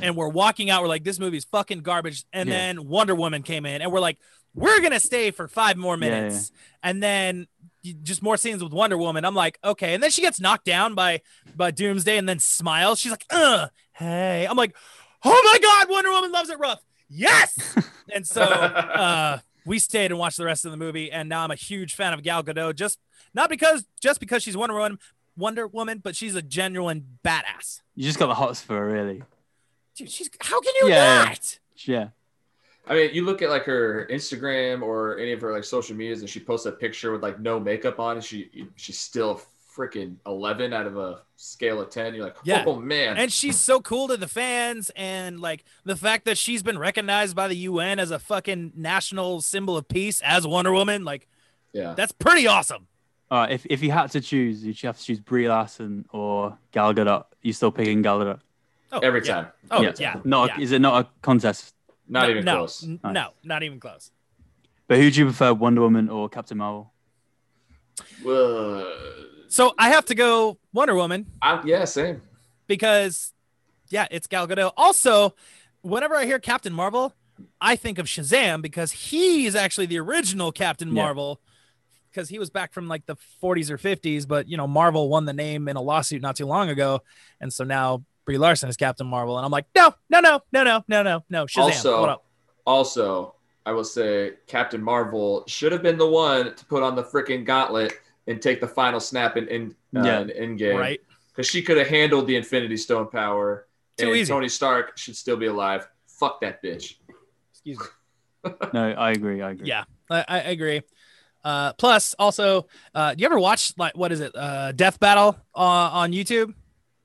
Speaker 2: and we're walking out. We're like, this movie's fucking garbage. And
Speaker 1: Yeah.
Speaker 2: then Wonder Woman came in, and we're like, we're gonna stay for five more
Speaker 1: Yeah, yeah.
Speaker 2: minutes, and then y- just more scenes with Wonder Woman. I'm like, okay. And then she gets knocked down by by Doomsday, and then smiles. She's like, uh, hey. I'm like, oh my god, Wonder Woman loves it rough.
Speaker 1: (laughs)
Speaker 2: Yes. and
Speaker 3: (laughs)
Speaker 2: so uh, we stayed and watched the rest of the movie, and now I'm a huge fan of Gal Gadot. Just not because just because she's Wonder Woman, Wonder Woman, but she's a genuine badass.
Speaker 1: You just got the hots for her, really.
Speaker 2: Dude, she's how can you
Speaker 1: Yeah.
Speaker 2: not?
Speaker 1: Yeah.
Speaker 3: I mean, you look at like her Instagram or any of her like social medias, and she posts a picture with like no makeup on, and she she's still freaking eleven out of a scale of ten. You're like,
Speaker 2: Yeah.
Speaker 3: oh man.
Speaker 2: And she's so cool to the fans, and like the fact that she's been recognized by the UN as a fucking national symbol of peace as Wonder Woman, like
Speaker 3: yeah.
Speaker 2: that's pretty awesome.
Speaker 1: All right. If, if you had to choose, you'd have to choose Brie Larson or Gal Gadot. You're still picking Gal Gadot.
Speaker 2: Oh,
Speaker 3: Every
Speaker 2: yeah.
Speaker 3: time.
Speaker 2: Oh yeah,
Speaker 1: Yeah.
Speaker 2: yeah.
Speaker 1: Not a, is it not a contest?
Speaker 3: Not
Speaker 2: No,
Speaker 3: even
Speaker 2: no, Mm.
Speaker 3: close.
Speaker 2: n-
Speaker 1: Nice.
Speaker 2: No, not even close.
Speaker 1: But who do you prefer, Wonder Woman or Captain
Speaker 2: (laughs)
Speaker 1: Marvel?
Speaker 3: Whoa.
Speaker 2: So I have to go Wonder Woman.
Speaker 3: I'm, yeah, same.
Speaker 2: because yeah, it's Gal Gadot. Also, whenever I hear Captain Marvel, I think of Shazam because he's actually the original Captain
Speaker 1: Yeah.
Speaker 2: Marvel because he was back from like the 40s or 50s, but you know, Marvel won the name in a lawsuit not too long ago, and so now Brie Larson is Captain Marvel, and I'm like, no, no, no, no, no, no, no, no, Shazam.
Speaker 3: Also-
Speaker 2: Hold up.
Speaker 3: Also, I will say Captain Marvel should have been the one to put on the freaking gauntlet and take the final snap in in, uh,
Speaker 1: Yeah.
Speaker 3: in Endgame,
Speaker 2: right?
Speaker 3: Because she could have handled the Infinity Stone power.
Speaker 2: Too
Speaker 3: and
Speaker 2: easy.
Speaker 3: Tony Stark should still be alive. Fuck that bitch.
Speaker 2: Excuse me.
Speaker 1: No, I agree. I agree.
Speaker 2: Yeah. I, I agree. Uh, plus, also, uh, you ever watch like what is it, uh, Death Battle uh, on YouTube?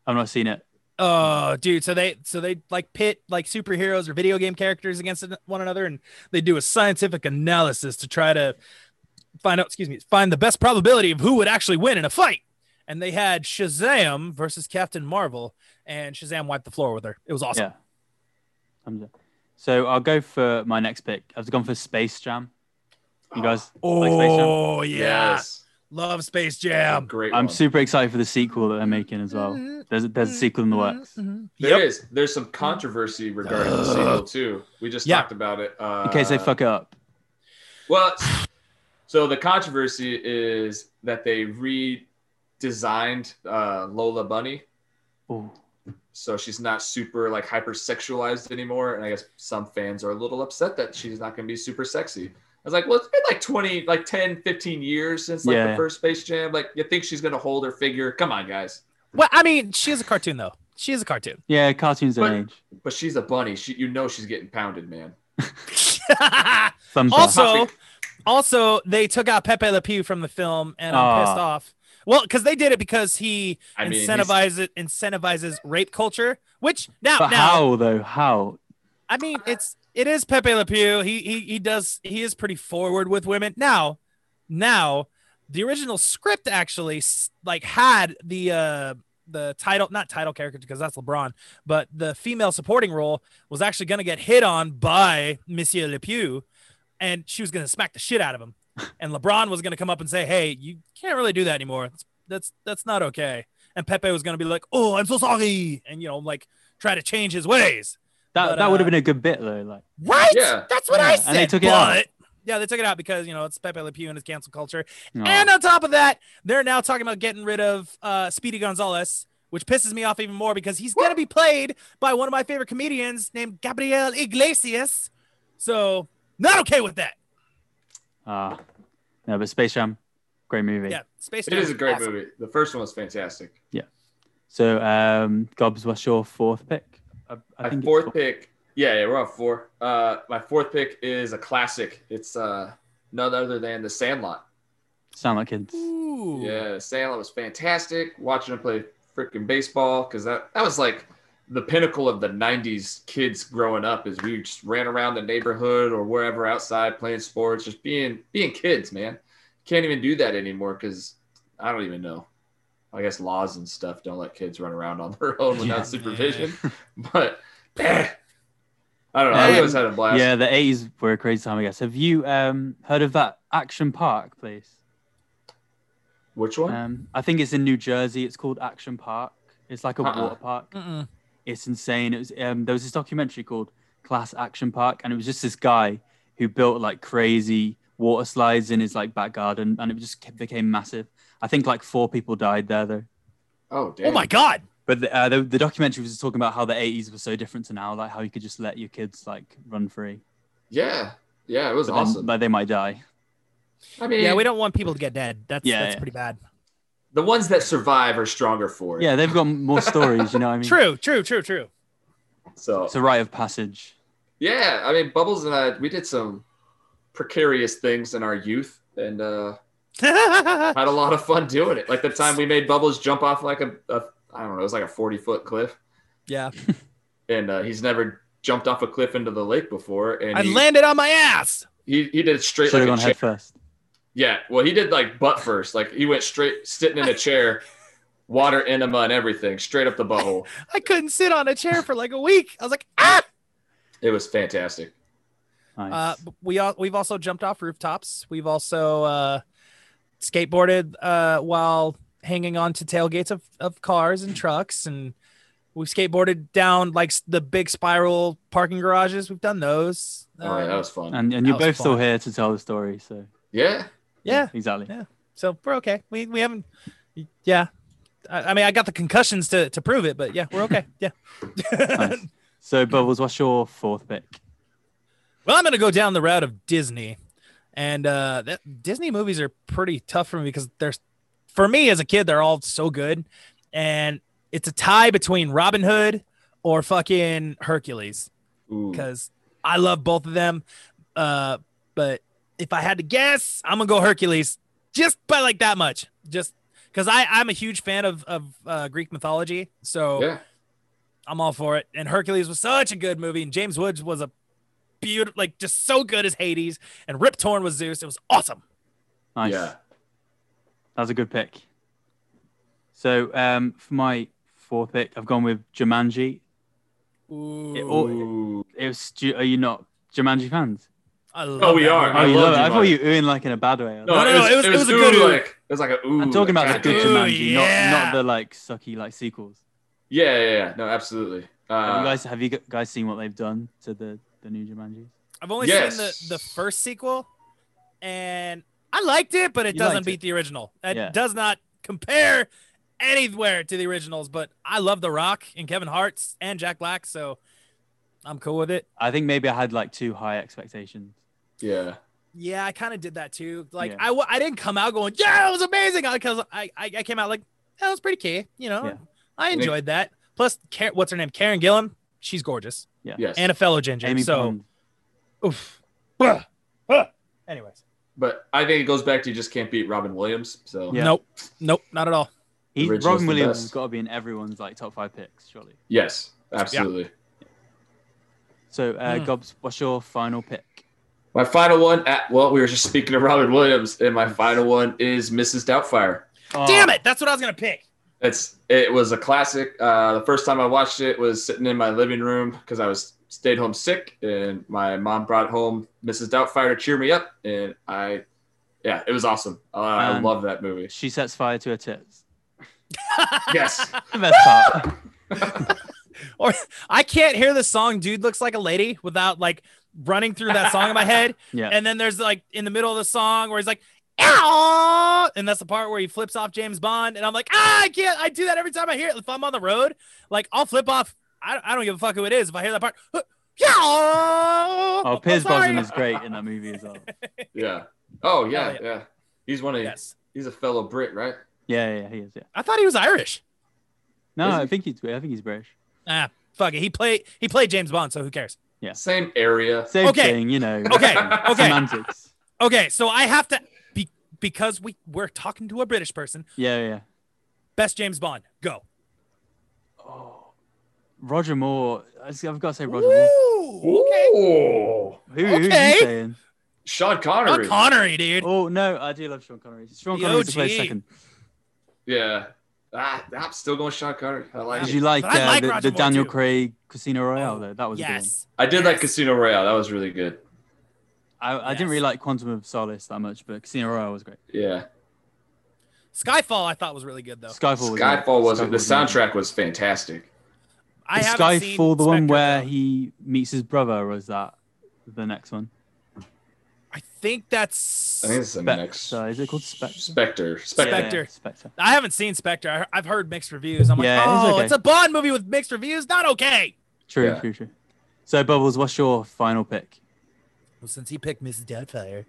Speaker 1: I've not seen it.
Speaker 2: Oh, dude! So they so they like pit like superheroes or video game characters against one another, and they do a scientific analysis to try to find out. Excuse me, find the best probability of who would actually win in a fight. And they had Shazam versus Captain Marvel, and Shazam wiped the floor with her. It was awesome.
Speaker 1: Yeah. Thumbs up. So I'll go for
Speaker 2: (gasps)
Speaker 1: my next pick. I've gone for Space Jam. You guys, Like Space Jam?
Speaker 2: Oh yeah,
Speaker 3: Yes.
Speaker 2: Love Space Jam.
Speaker 3: Great.
Speaker 1: I'm
Speaker 3: one.
Speaker 1: super excited for the sequel that they're making as well.
Speaker 2: Mhm,
Speaker 1: There's a, there's a sequel in the
Speaker 2: mhm,
Speaker 1: works.
Speaker 2: mhm.
Speaker 3: There
Speaker 2: Yep.
Speaker 3: is. There's some controversy regarding the
Speaker 2: Ugh.
Speaker 3: sequel too. We just
Speaker 2: Yeah.
Speaker 3: talked about it. Uh,
Speaker 1: In case they fuck it up.
Speaker 3: Well, so the controversy is that they redesigned uh, Lola Bunny,
Speaker 1: Ooh.
Speaker 3: so she's not super like hypersexualized anymore. And I guess some fans are a little upset that she's not going to be super sexy. I was like, well, it's been like 20, like 10, 15 years since like
Speaker 1: Yeah.
Speaker 3: the first Space Jam. Like, you think she's going to hold her figure? Come on, guys.
Speaker 2: Well, I mean, she is a cartoon though. She is a cartoon. (laughs)
Speaker 1: Yeah, cartoons
Speaker 3: But-
Speaker 1: don't age.
Speaker 3: But she's a bunny. She, you know, she's getting pounded, man.
Speaker 1: Thumbs
Speaker 2: also,
Speaker 1: up.
Speaker 2: also, they took out Pepe Le Pew from the film, and I'm
Speaker 1: Aw.
Speaker 2: pissed off. Well, because they did it because he
Speaker 3: Ah. I mean, he's-
Speaker 2: incentivizes incentivizes rape culture, which now
Speaker 1: But
Speaker 2: now
Speaker 1: how though? How?
Speaker 2: I mean, it's it is Pepe Le Pew. He he he does he is pretty forward with women. Now, now the original script actually s- like had the uh the title not title character because that's LeBron, but the female supporting role was actually going to get hit on by Monsieur Le Pew, and she was going to smack the shit out of him, and LeBron was going to come up and say, "Hey, you can't really do that anymore. That's that's, that's not okay." And Pepe was going to be like, "Oh, I'm so sorry," and you know, like try to change his ways.
Speaker 1: That
Speaker 2: But,
Speaker 1: that would have
Speaker 2: uh,
Speaker 1: been a good bit though. Like
Speaker 2: Right?
Speaker 3: Yeah.
Speaker 2: That's what
Speaker 1: Yeah,
Speaker 2: I
Speaker 1: and
Speaker 2: said.
Speaker 1: they took it
Speaker 2: but,
Speaker 1: out.
Speaker 2: Yeah, they took it out because, you know, it's Pepe Le Pew and his cancel culture.
Speaker 1: no.
Speaker 2: And on top of that, they're now talking about getting rid of uh, Speedy Gonzalez, which pisses me off even more because he's going to be played by one of my favorite comedians named Gabriel Iglesias. So, not okay with that.
Speaker 1: Ah. no, but Space Jam, great movie.
Speaker 2: Yeah, Space
Speaker 3: It
Speaker 2: Jam
Speaker 3: is a great
Speaker 2: awesome.
Speaker 3: movie. The first one was fantastic.
Speaker 1: So um Gobs, what's your fourth pick? I, I
Speaker 3: my
Speaker 1: think it's
Speaker 3: fourth pick. Yeah, yeah, we're on four. Uh, my fourth pick is a classic. It's uh, none other than The Sandlot.
Speaker 1: Sound like kids.
Speaker 2: Ooh.
Speaker 3: Yeah, Sandlot was fantastic. Watching him play freaking baseball because that that was like the pinnacle of the '90s kids growing up. Is we just ran around the neighborhood or wherever outside playing sports, just being being kids, man. Can't even do that anymore because I don't even know. I guess laws and stuff don't let kids run around on (laughs) their own without
Speaker 2: Yeah.
Speaker 3: supervision. But (laughs) eh, I don't know. I
Speaker 1: Um,
Speaker 3: always had a blast.
Speaker 1: Yeah, the eighties were a crazy time, I guess. Have you um heard of that Action Park place?
Speaker 3: Which
Speaker 2: Uh,
Speaker 3: one?
Speaker 1: Um I think it's in New Jersey. It's called Action Park. It's like a
Speaker 3: Uh-uh.
Speaker 1: water park.
Speaker 2: Mm-mm.
Speaker 1: It's insane. It was um, there was this documentary called Class Action Park, and it was just this guy who built like crazy water slides in his like back garden, and it just kept, became massive. I think like four people died there though.
Speaker 3: oh damn.
Speaker 2: Oh, my God.
Speaker 1: But the, uh, the, the documentary was just talking about how the 80s were so different to now, like how you could just let your kids like run free.
Speaker 3: Yeah. Yeah, it was
Speaker 1: But, then-
Speaker 3: awesome.
Speaker 1: but they might die.
Speaker 3: I mean,
Speaker 2: Yeah, we don't want people to get dead. That's,
Speaker 1: Yeah,
Speaker 2: that's
Speaker 1: yeah.
Speaker 2: pretty bad.
Speaker 3: the ones that survive are stronger for it.
Speaker 1: Yeah, they've got more stories. You know what I mean?
Speaker 2: True, true, true, true. (laughs)
Speaker 3: So
Speaker 1: It's a rite of passage.
Speaker 3: yeah, I mean, Bubbles and I, we did some precarious things in our youth, and uh, had a lot of fun doing it. Like the time we made Bubbles jump off like a, a I don't know, it was like a forty foot cliff,
Speaker 2: yeah.
Speaker 3: and uh, he's never jumped off a cliff into the lake before, and
Speaker 2: I
Speaker 3: he,
Speaker 2: landed on my ass.
Speaker 3: he he did it straight
Speaker 1: Should have
Speaker 3: like a
Speaker 1: gone
Speaker 3: chair.
Speaker 1: head first.
Speaker 3: Yeah, well, he did like butt first. Like he went straight, sitting in a chair, water enema and everything, straight up the butthole.
Speaker 2: I couldn't sit on a chair for like a week. I was like, ah.
Speaker 3: It was fantastic.
Speaker 1: Nice.
Speaker 2: Uh, but we all we've also jumped off rooftops. We've also uh, skateboarded uh, while hanging on to tailgates of, of cars and trucks, and we've skateboarded down like s- the big spiral parking garages. We've done those. Um,
Speaker 3: Oh, yeah, that was fun.
Speaker 1: and and you're
Speaker 2: that was
Speaker 1: both still
Speaker 2: fun.
Speaker 1: here to tell the story. So
Speaker 3: Yeah,
Speaker 2: yeah.
Speaker 1: exactly.
Speaker 2: Yeah. So we're okay. We we haven't. Yeah. I, I mean, I got the concussions to to prove it, but yeah, we're okay. Yeah. (laughs)
Speaker 1: Nice. So Bubbles, what's your fourth pick?
Speaker 2: Well, I'm going to go down the route of Disney, and uh, that, Disney movies are pretty tough for me because they're, for me as a kid, they're all so good, and it's a tie between Robin Hood or fucking Hercules
Speaker 3: Ooh.
Speaker 2: because I love both of them, uh, but if I had to guess, I'm gonna go Hercules just by like that much, just because I I'm a huge fan of of uh, Greek mythology, so
Speaker 3: yeah,
Speaker 2: I'm all for it. And Hercules was such a good movie, and James Woods was a beautiful, like just so good as Hades, and Rip Torn was Zeus. It was awesome.
Speaker 1: Nice.
Speaker 3: yeah.
Speaker 1: That's a good pick. So um, for my fourth pick, I've gone with Jumanji.
Speaker 2: Ooh.
Speaker 1: It all-
Speaker 2: oh,
Speaker 3: Ooh.
Speaker 1: It was, Ju- are you not Jumanji fans?
Speaker 2: I love
Speaker 3: we
Speaker 2: that
Speaker 3: are.
Speaker 1: Oh,
Speaker 2: movie.
Speaker 1: you
Speaker 3: love
Speaker 1: love it.
Speaker 3: you,
Speaker 1: I thought
Speaker 3: Mark.
Speaker 1: you were ooing like in a bad way.
Speaker 2: No, no, no, it was- it was a good
Speaker 3: ooh,
Speaker 2: ooh.
Speaker 3: like, it was like a ooh.
Speaker 1: I'm talking about
Speaker 3: like,
Speaker 1: the
Speaker 3: goddamn.
Speaker 1: good
Speaker 2: Ooh,
Speaker 1: Jumanji,
Speaker 2: yeah.
Speaker 1: not, not the like sucky like sequels.
Speaker 3: Yeah, yeah, yeah. No, absolutely.
Speaker 1: have you
Speaker 3: Uh,
Speaker 1: guys have you guys seen what they've done to the the new Jumanji?
Speaker 2: I've only
Speaker 3: Yes.
Speaker 2: seen the, the first sequel, and I liked it, but it
Speaker 1: You
Speaker 2: doesn't
Speaker 1: liked
Speaker 2: beat
Speaker 1: it.
Speaker 2: the original. It
Speaker 1: Yeah.
Speaker 2: does not compare anywhere to the originals. But I love The Rock and Kevin Hart's and Jack Black, so I'm cool with it.
Speaker 1: I think maybe I had like too high expectations.
Speaker 3: yeah.
Speaker 2: Yeah, I kind of did that too. Like
Speaker 1: Yeah.
Speaker 2: I, wa- I didn't come out going, yeah, it was amazing. Because I, I, I came out like that was pretty key. You know,
Speaker 1: Yeah.
Speaker 2: I
Speaker 3: And it-
Speaker 2: enjoyed that. Plus, Karen, what's her name? Karen Gillan. She's gorgeous
Speaker 3: Yes.
Speaker 2: and a fellow ginger.
Speaker 1: Amy
Speaker 2: so,
Speaker 1: Pond.
Speaker 2: oof. Ugh. Ugh. Anyways,
Speaker 3: but I think it goes back to you just can't beat Robin Williams. So
Speaker 1: Yeah.
Speaker 2: nope, nope, not at all.
Speaker 1: He,
Speaker 3: original's
Speaker 1: Robin
Speaker 3: the
Speaker 1: Williams
Speaker 3: best.
Speaker 1: has got to be in everyone's like top five picks, surely.
Speaker 3: yes, absolutely.
Speaker 1: So, uh,
Speaker 2: Mm.
Speaker 1: Gobs, what's your final pick?
Speaker 3: My final one. At, well, we were just speaking of Robin Williams, and my final one is Mrs. Doubtfire.
Speaker 2: Damn it, that's what I was gonna pick.
Speaker 3: It's it was a classic. Uh, the first time I watched it was sitting in my living room because I was stayed home sick, and my mom brought home Mrs. Doubtfire to cheer me up, and I, yeah, it was awesome. Uh, I
Speaker 1: Um,
Speaker 3: love that movie.
Speaker 1: She sets fire to her tits.
Speaker 3: Yes,
Speaker 1: The best part.
Speaker 2: (laughs) Or (laughs) I can't hear the song "Dude Looks Like a Lady" without like running through that song in my head.
Speaker 1: Yeah.
Speaker 2: And then there's like in the middle of the song where he's like, Ow! and that's the part where he flips off James Bond, and I'm like, ah, I can't. I do that every time I hear it. If I'm on the road, like I'll flip off. I, I don't give a fuck who it is if I hear that part. (laughs) Yeah.
Speaker 1: Oh,
Speaker 2: Oh,
Speaker 1: Piers Brosnan is great in that movie as well.
Speaker 3: yeah. Oh yeah,
Speaker 2: Elliot.
Speaker 3: yeah. He's one of
Speaker 2: Yes,
Speaker 3: he's a fellow Brit, right?
Speaker 1: Yeah, yeah, yeah, he is. Yeah.
Speaker 2: I thought he was Irish.
Speaker 1: No,
Speaker 3: Is
Speaker 1: I
Speaker 3: he?
Speaker 1: think he's. I think he's British.
Speaker 2: Ah, fuck it. He played he played James Bond, so who cares?
Speaker 3: Same area.
Speaker 1: Same
Speaker 2: Okay.
Speaker 1: thing, you know.
Speaker 2: Okay, okay,
Speaker 1: (laughs) Semantics.
Speaker 2: okay. So I have to be because we we're talking to a British person.
Speaker 1: Yeah, yeah.
Speaker 2: Best James Bond, go.
Speaker 1: Oh, Roger Moore. I s- I've got to say Roger Moore.
Speaker 2: Ooh, okay.
Speaker 3: Ooh.
Speaker 1: Who, who are you
Speaker 2: Okay.
Speaker 1: saying?
Speaker 3: Sean
Speaker 2: Not
Speaker 3: Connery.
Speaker 2: Connery, dude.
Speaker 1: Oh no, I do love Sean Connery. Sean
Speaker 2: The
Speaker 1: Connery to play
Speaker 2: OG.
Speaker 1: second.
Speaker 3: yeah. Ah, I'm still going Sean Connery. I like
Speaker 1: Did
Speaker 3: it.
Speaker 1: you like,
Speaker 2: But I
Speaker 1: uh,
Speaker 2: like
Speaker 1: the,
Speaker 2: Roger
Speaker 1: the
Speaker 2: Moore
Speaker 1: Daniel
Speaker 2: too.
Speaker 1: Craig Casino Royale
Speaker 2: Oh,
Speaker 1: though? That was a good one.
Speaker 2: yes.
Speaker 3: I did like
Speaker 2: Yes.
Speaker 3: Casino Royale. That was really good.
Speaker 1: I, I didn't
Speaker 2: Yes.
Speaker 1: really like Quantum of Solace that much, but Casino Royale was great.
Speaker 3: Yeah.
Speaker 2: Skyfall, I thought was really good though.
Speaker 1: Skyfall. was great.
Speaker 3: Skyfall was
Speaker 1: Skyfall
Speaker 3: the
Speaker 1: great.
Speaker 3: soundtrack was fantastic.
Speaker 2: I
Speaker 1: Is
Speaker 2: haven't
Speaker 1: Skyfall
Speaker 2: seen
Speaker 1: the one
Speaker 2: Spectre,
Speaker 1: where
Speaker 2: though.
Speaker 1: he meets his brother, or is that the next one?
Speaker 2: I think that's.
Speaker 3: I think it's the
Speaker 1: Spec-
Speaker 3: next
Speaker 1: so is it called Spectre?
Speaker 3: Spectre. Spectre.
Speaker 1: Yeah,
Speaker 2: Spectre.
Speaker 1: Spectre.
Speaker 2: I haven't seen Spectre. I, I've heard mixed reviews. I'm like,
Speaker 1: Yeah, it's
Speaker 2: oh,
Speaker 1: okay.
Speaker 2: it's a Bond movie with mixed reviews. Not okay.
Speaker 1: True,
Speaker 3: Yeah.
Speaker 1: true, true. So Bubbles, what's your final pick?
Speaker 2: Well, since he picked Mrs.
Speaker 3: (laughs)
Speaker 2: Doubtfire,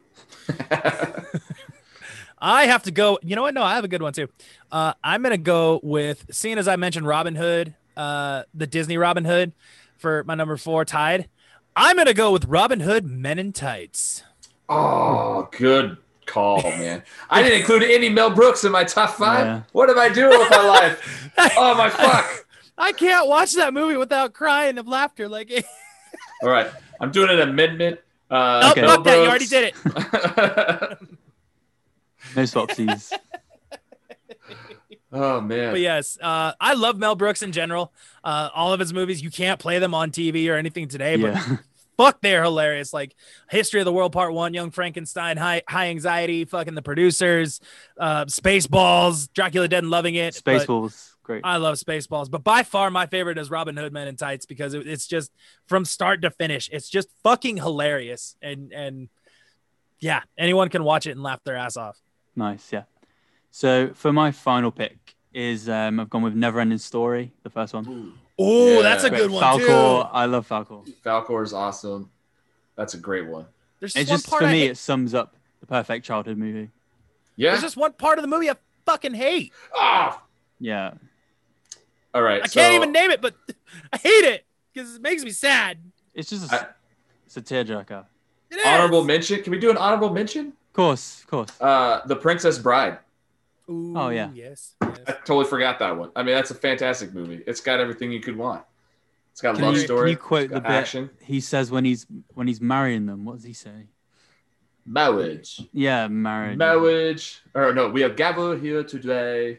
Speaker 2: I have to go. You know what? No, I have a good one too. Uh, I'm gonna go with seeing as I mentioned Robin Hood, uh, the Disney Robin Hood, for my number four tied. I'm gonna go with Robin Hood Men in Tights.
Speaker 3: oh, good call, man. I didn't include any Mel Brooks in my top five.
Speaker 1: Yeah.
Speaker 3: What am I doing with my life? Oh my fuck.
Speaker 2: I can't watch that movie without crying of laughter. Like, (laughs)
Speaker 3: All right. I'm doing an amendment. Uh,
Speaker 2: oh,
Speaker 1: okay.
Speaker 2: fuck that! You already did it.
Speaker 3: it.
Speaker 2: (laughs)
Speaker 1: No swapsies.
Speaker 3: (laughs) oh man.
Speaker 2: But yes, uh, I love Mel Brooks in general. Uh, all of his movies, you can't play them on TV or anything today, but
Speaker 1: yeah.
Speaker 2: fuck, they're hilarious. Like History of the World Part One, Young Frankenstein, High High Anxiety, fucking the producers, uh, Spaceballs, Dracula Dead and Loving It. (laughs) but Uh,
Speaker 1: Spaceballs, great.
Speaker 2: I love Spaceballs, but by far my favorite is Robin Hood Men in Tights because it, it's just from start to finish, it's just fucking hilarious. And and yeah, anyone can watch it and laugh their ass off.
Speaker 1: Nice, yeah. So for my final pick is um, I've gone with Neverending Story, the first one.
Speaker 3: Ooh,
Speaker 2: Oh,
Speaker 3: Yeah.
Speaker 2: that's a
Speaker 1: Great.
Speaker 2: good one
Speaker 1: Falcor,
Speaker 2: too.
Speaker 1: I love Falcor.
Speaker 3: Falcor is awesome. That's a great one.
Speaker 2: There's
Speaker 1: It's
Speaker 2: one
Speaker 1: just
Speaker 2: part
Speaker 1: for
Speaker 2: I
Speaker 1: me,
Speaker 2: hate-
Speaker 1: it sums up the perfect childhood movie.
Speaker 3: Yeah.
Speaker 2: There's just one part of the movie I fucking hate.
Speaker 3: Ah.
Speaker 1: Yeah,
Speaker 3: All right.
Speaker 2: I
Speaker 3: so-
Speaker 2: can't even name it, but (laughs) I hate it because it makes me sad.
Speaker 1: it's just a, s-
Speaker 3: I-
Speaker 1: it's a tearjerker. Of
Speaker 2: It is.
Speaker 3: honorable mention. Can we do an honorable mention?
Speaker 1: course, of course.
Speaker 3: Uh, The Princess Bride.
Speaker 2: Ooh,
Speaker 1: Oh, yeah.
Speaker 2: Yes.
Speaker 3: I
Speaker 2: yes.
Speaker 3: totally forgot that one. I mean, that's a fantastic movie. It's got everything you could want. It's got
Speaker 1: Can
Speaker 3: love
Speaker 1: you- can
Speaker 3: story.
Speaker 1: you quote
Speaker 3: it's
Speaker 1: the
Speaker 3: got
Speaker 1: bit?
Speaker 3: action.
Speaker 1: He says when he's when he's marrying them, what does he say?
Speaker 3: Marriage.
Speaker 1: Yeah, marriage.
Speaker 3: Marriage. Or no, we are gathered here (laughs) today.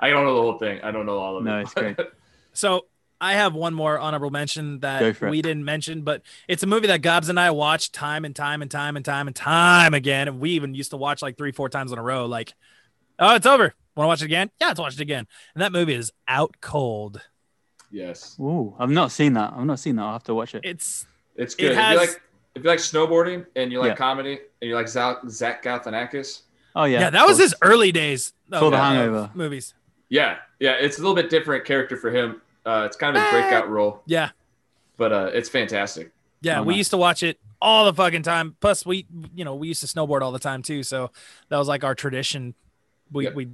Speaker 3: I don't know the whole thing. I don't know all of
Speaker 1: No,
Speaker 3: it.
Speaker 1: it's great.
Speaker 2: So I have one more honorable mention
Speaker 1: Go
Speaker 2: that
Speaker 1: for it.
Speaker 2: we didn't mention, but it's a movie that Gobs and I watched time and time and time and time and time again. And we even used to watch like three, four times in a row. Like, oh, it's over. Want to watch it again? Yeah, let's watch it again. And that movie is Out Cold.
Speaker 3: Yes,
Speaker 1: Ooh, I've not seen that. I've not seen that. I'll have to watch it.
Speaker 2: It's
Speaker 3: it's
Speaker 2: It
Speaker 3: good.
Speaker 2: has-
Speaker 3: if you like if you like snowboarding and you like
Speaker 1: Yeah.
Speaker 3: comedy and you like Zach, Zach Galifianakis,
Speaker 1: Oh yeah.
Speaker 2: yeah, that was
Speaker 1: cool.
Speaker 2: his early days. of,
Speaker 1: Saw The
Speaker 2: uh,
Speaker 1: Hangover.
Speaker 2: movies.
Speaker 3: yeah, yeah, it's a little bit different character for him. Uh, it's kind of
Speaker 2: Ah.
Speaker 3: his breakout role,
Speaker 2: Yeah,
Speaker 3: but uh, it's fantastic.
Speaker 2: Yeah,
Speaker 1: Oh,
Speaker 2: we
Speaker 1: nice.
Speaker 2: used to watch it all the fucking time. Plus, we you know we used to snowboard all the time too, so that was like our tradition. We
Speaker 3: Yep.
Speaker 2: we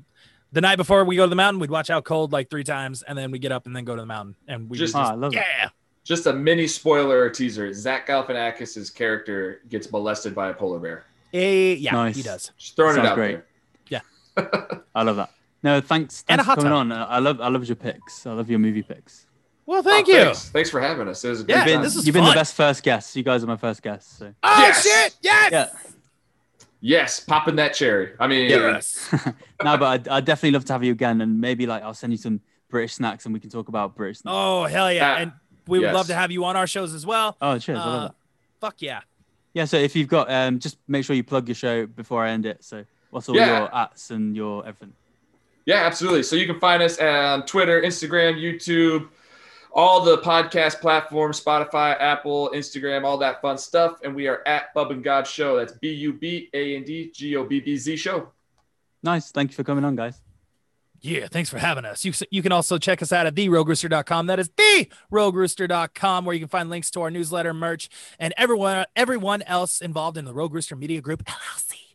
Speaker 2: the night before we go to the mountain, we'd watch out cold like three times, and then we get up and then go to the mountain, and we
Speaker 3: Just-
Speaker 1: Oh, I love it.
Speaker 2: yeah,
Speaker 3: Just a mini spoiler or teaser: Zach Galifianakis' character gets molested by a polar bear.
Speaker 2: Eh, yeah,
Speaker 1: Nice.
Speaker 2: he does.
Speaker 3: Just throwing
Speaker 1: Sounds
Speaker 3: it out
Speaker 1: great.
Speaker 3: there.
Speaker 1: I love that. No, thanks.
Speaker 2: And a
Speaker 1: thanks
Speaker 2: hot
Speaker 1: for coming on. Uh, I I love. I love your picks. I love your movie picks.
Speaker 2: Well, thank
Speaker 3: Oh,
Speaker 2: you.
Speaker 3: Thanks. Thanks for having us. It was a good
Speaker 2: Yeah,
Speaker 1: You've been,
Speaker 3: time.
Speaker 2: this is
Speaker 1: you've been
Speaker 2: fun.
Speaker 1: the best first guest. You guys are my first guest. So
Speaker 2: Oh
Speaker 3: Yes.
Speaker 2: shit! Yes.
Speaker 1: yeah.
Speaker 3: yes, popping that cherry. I mean,
Speaker 2: Yes.
Speaker 1: (laughs) no, but I'd, I'd definitely love to have you again, and maybe like I'll send you some British snacks, and we can talk about British. Snacks.
Speaker 2: Oh hell yeah!
Speaker 3: Ah,
Speaker 2: and we would
Speaker 3: yes.
Speaker 2: love to have you on our shows as well.
Speaker 1: Oh, cheers! I love
Speaker 2: Uh,
Speaker 1: that.
Speaker 2: fuck yeah!
Speaker 1: Yeah, so if you've got, um, just make sure you plug your show before I end it. So what's all
Speaker 3: Yeah.
Speaker 1: your ats and your everything?
Speaker 3: Yeah, absolutely. So you can find us on Twitter, Instagram, YouTube, all the podcast platforms, Spotify, Apple, Instagram, all that fun stuff. And we are at Bub and God Show. That's B U B A N D G O B B Z Show.
Speaker 1: Nice. Thank you for coming on, guys.
Speaker 2: Yeah, thanks for having us. You, you can also check us out at therogerooster.com. That is therogerooster.com, where you can find links to our newsletter, merch, and everyone everyone else involved in the Rogue Rooster Media Group LLC.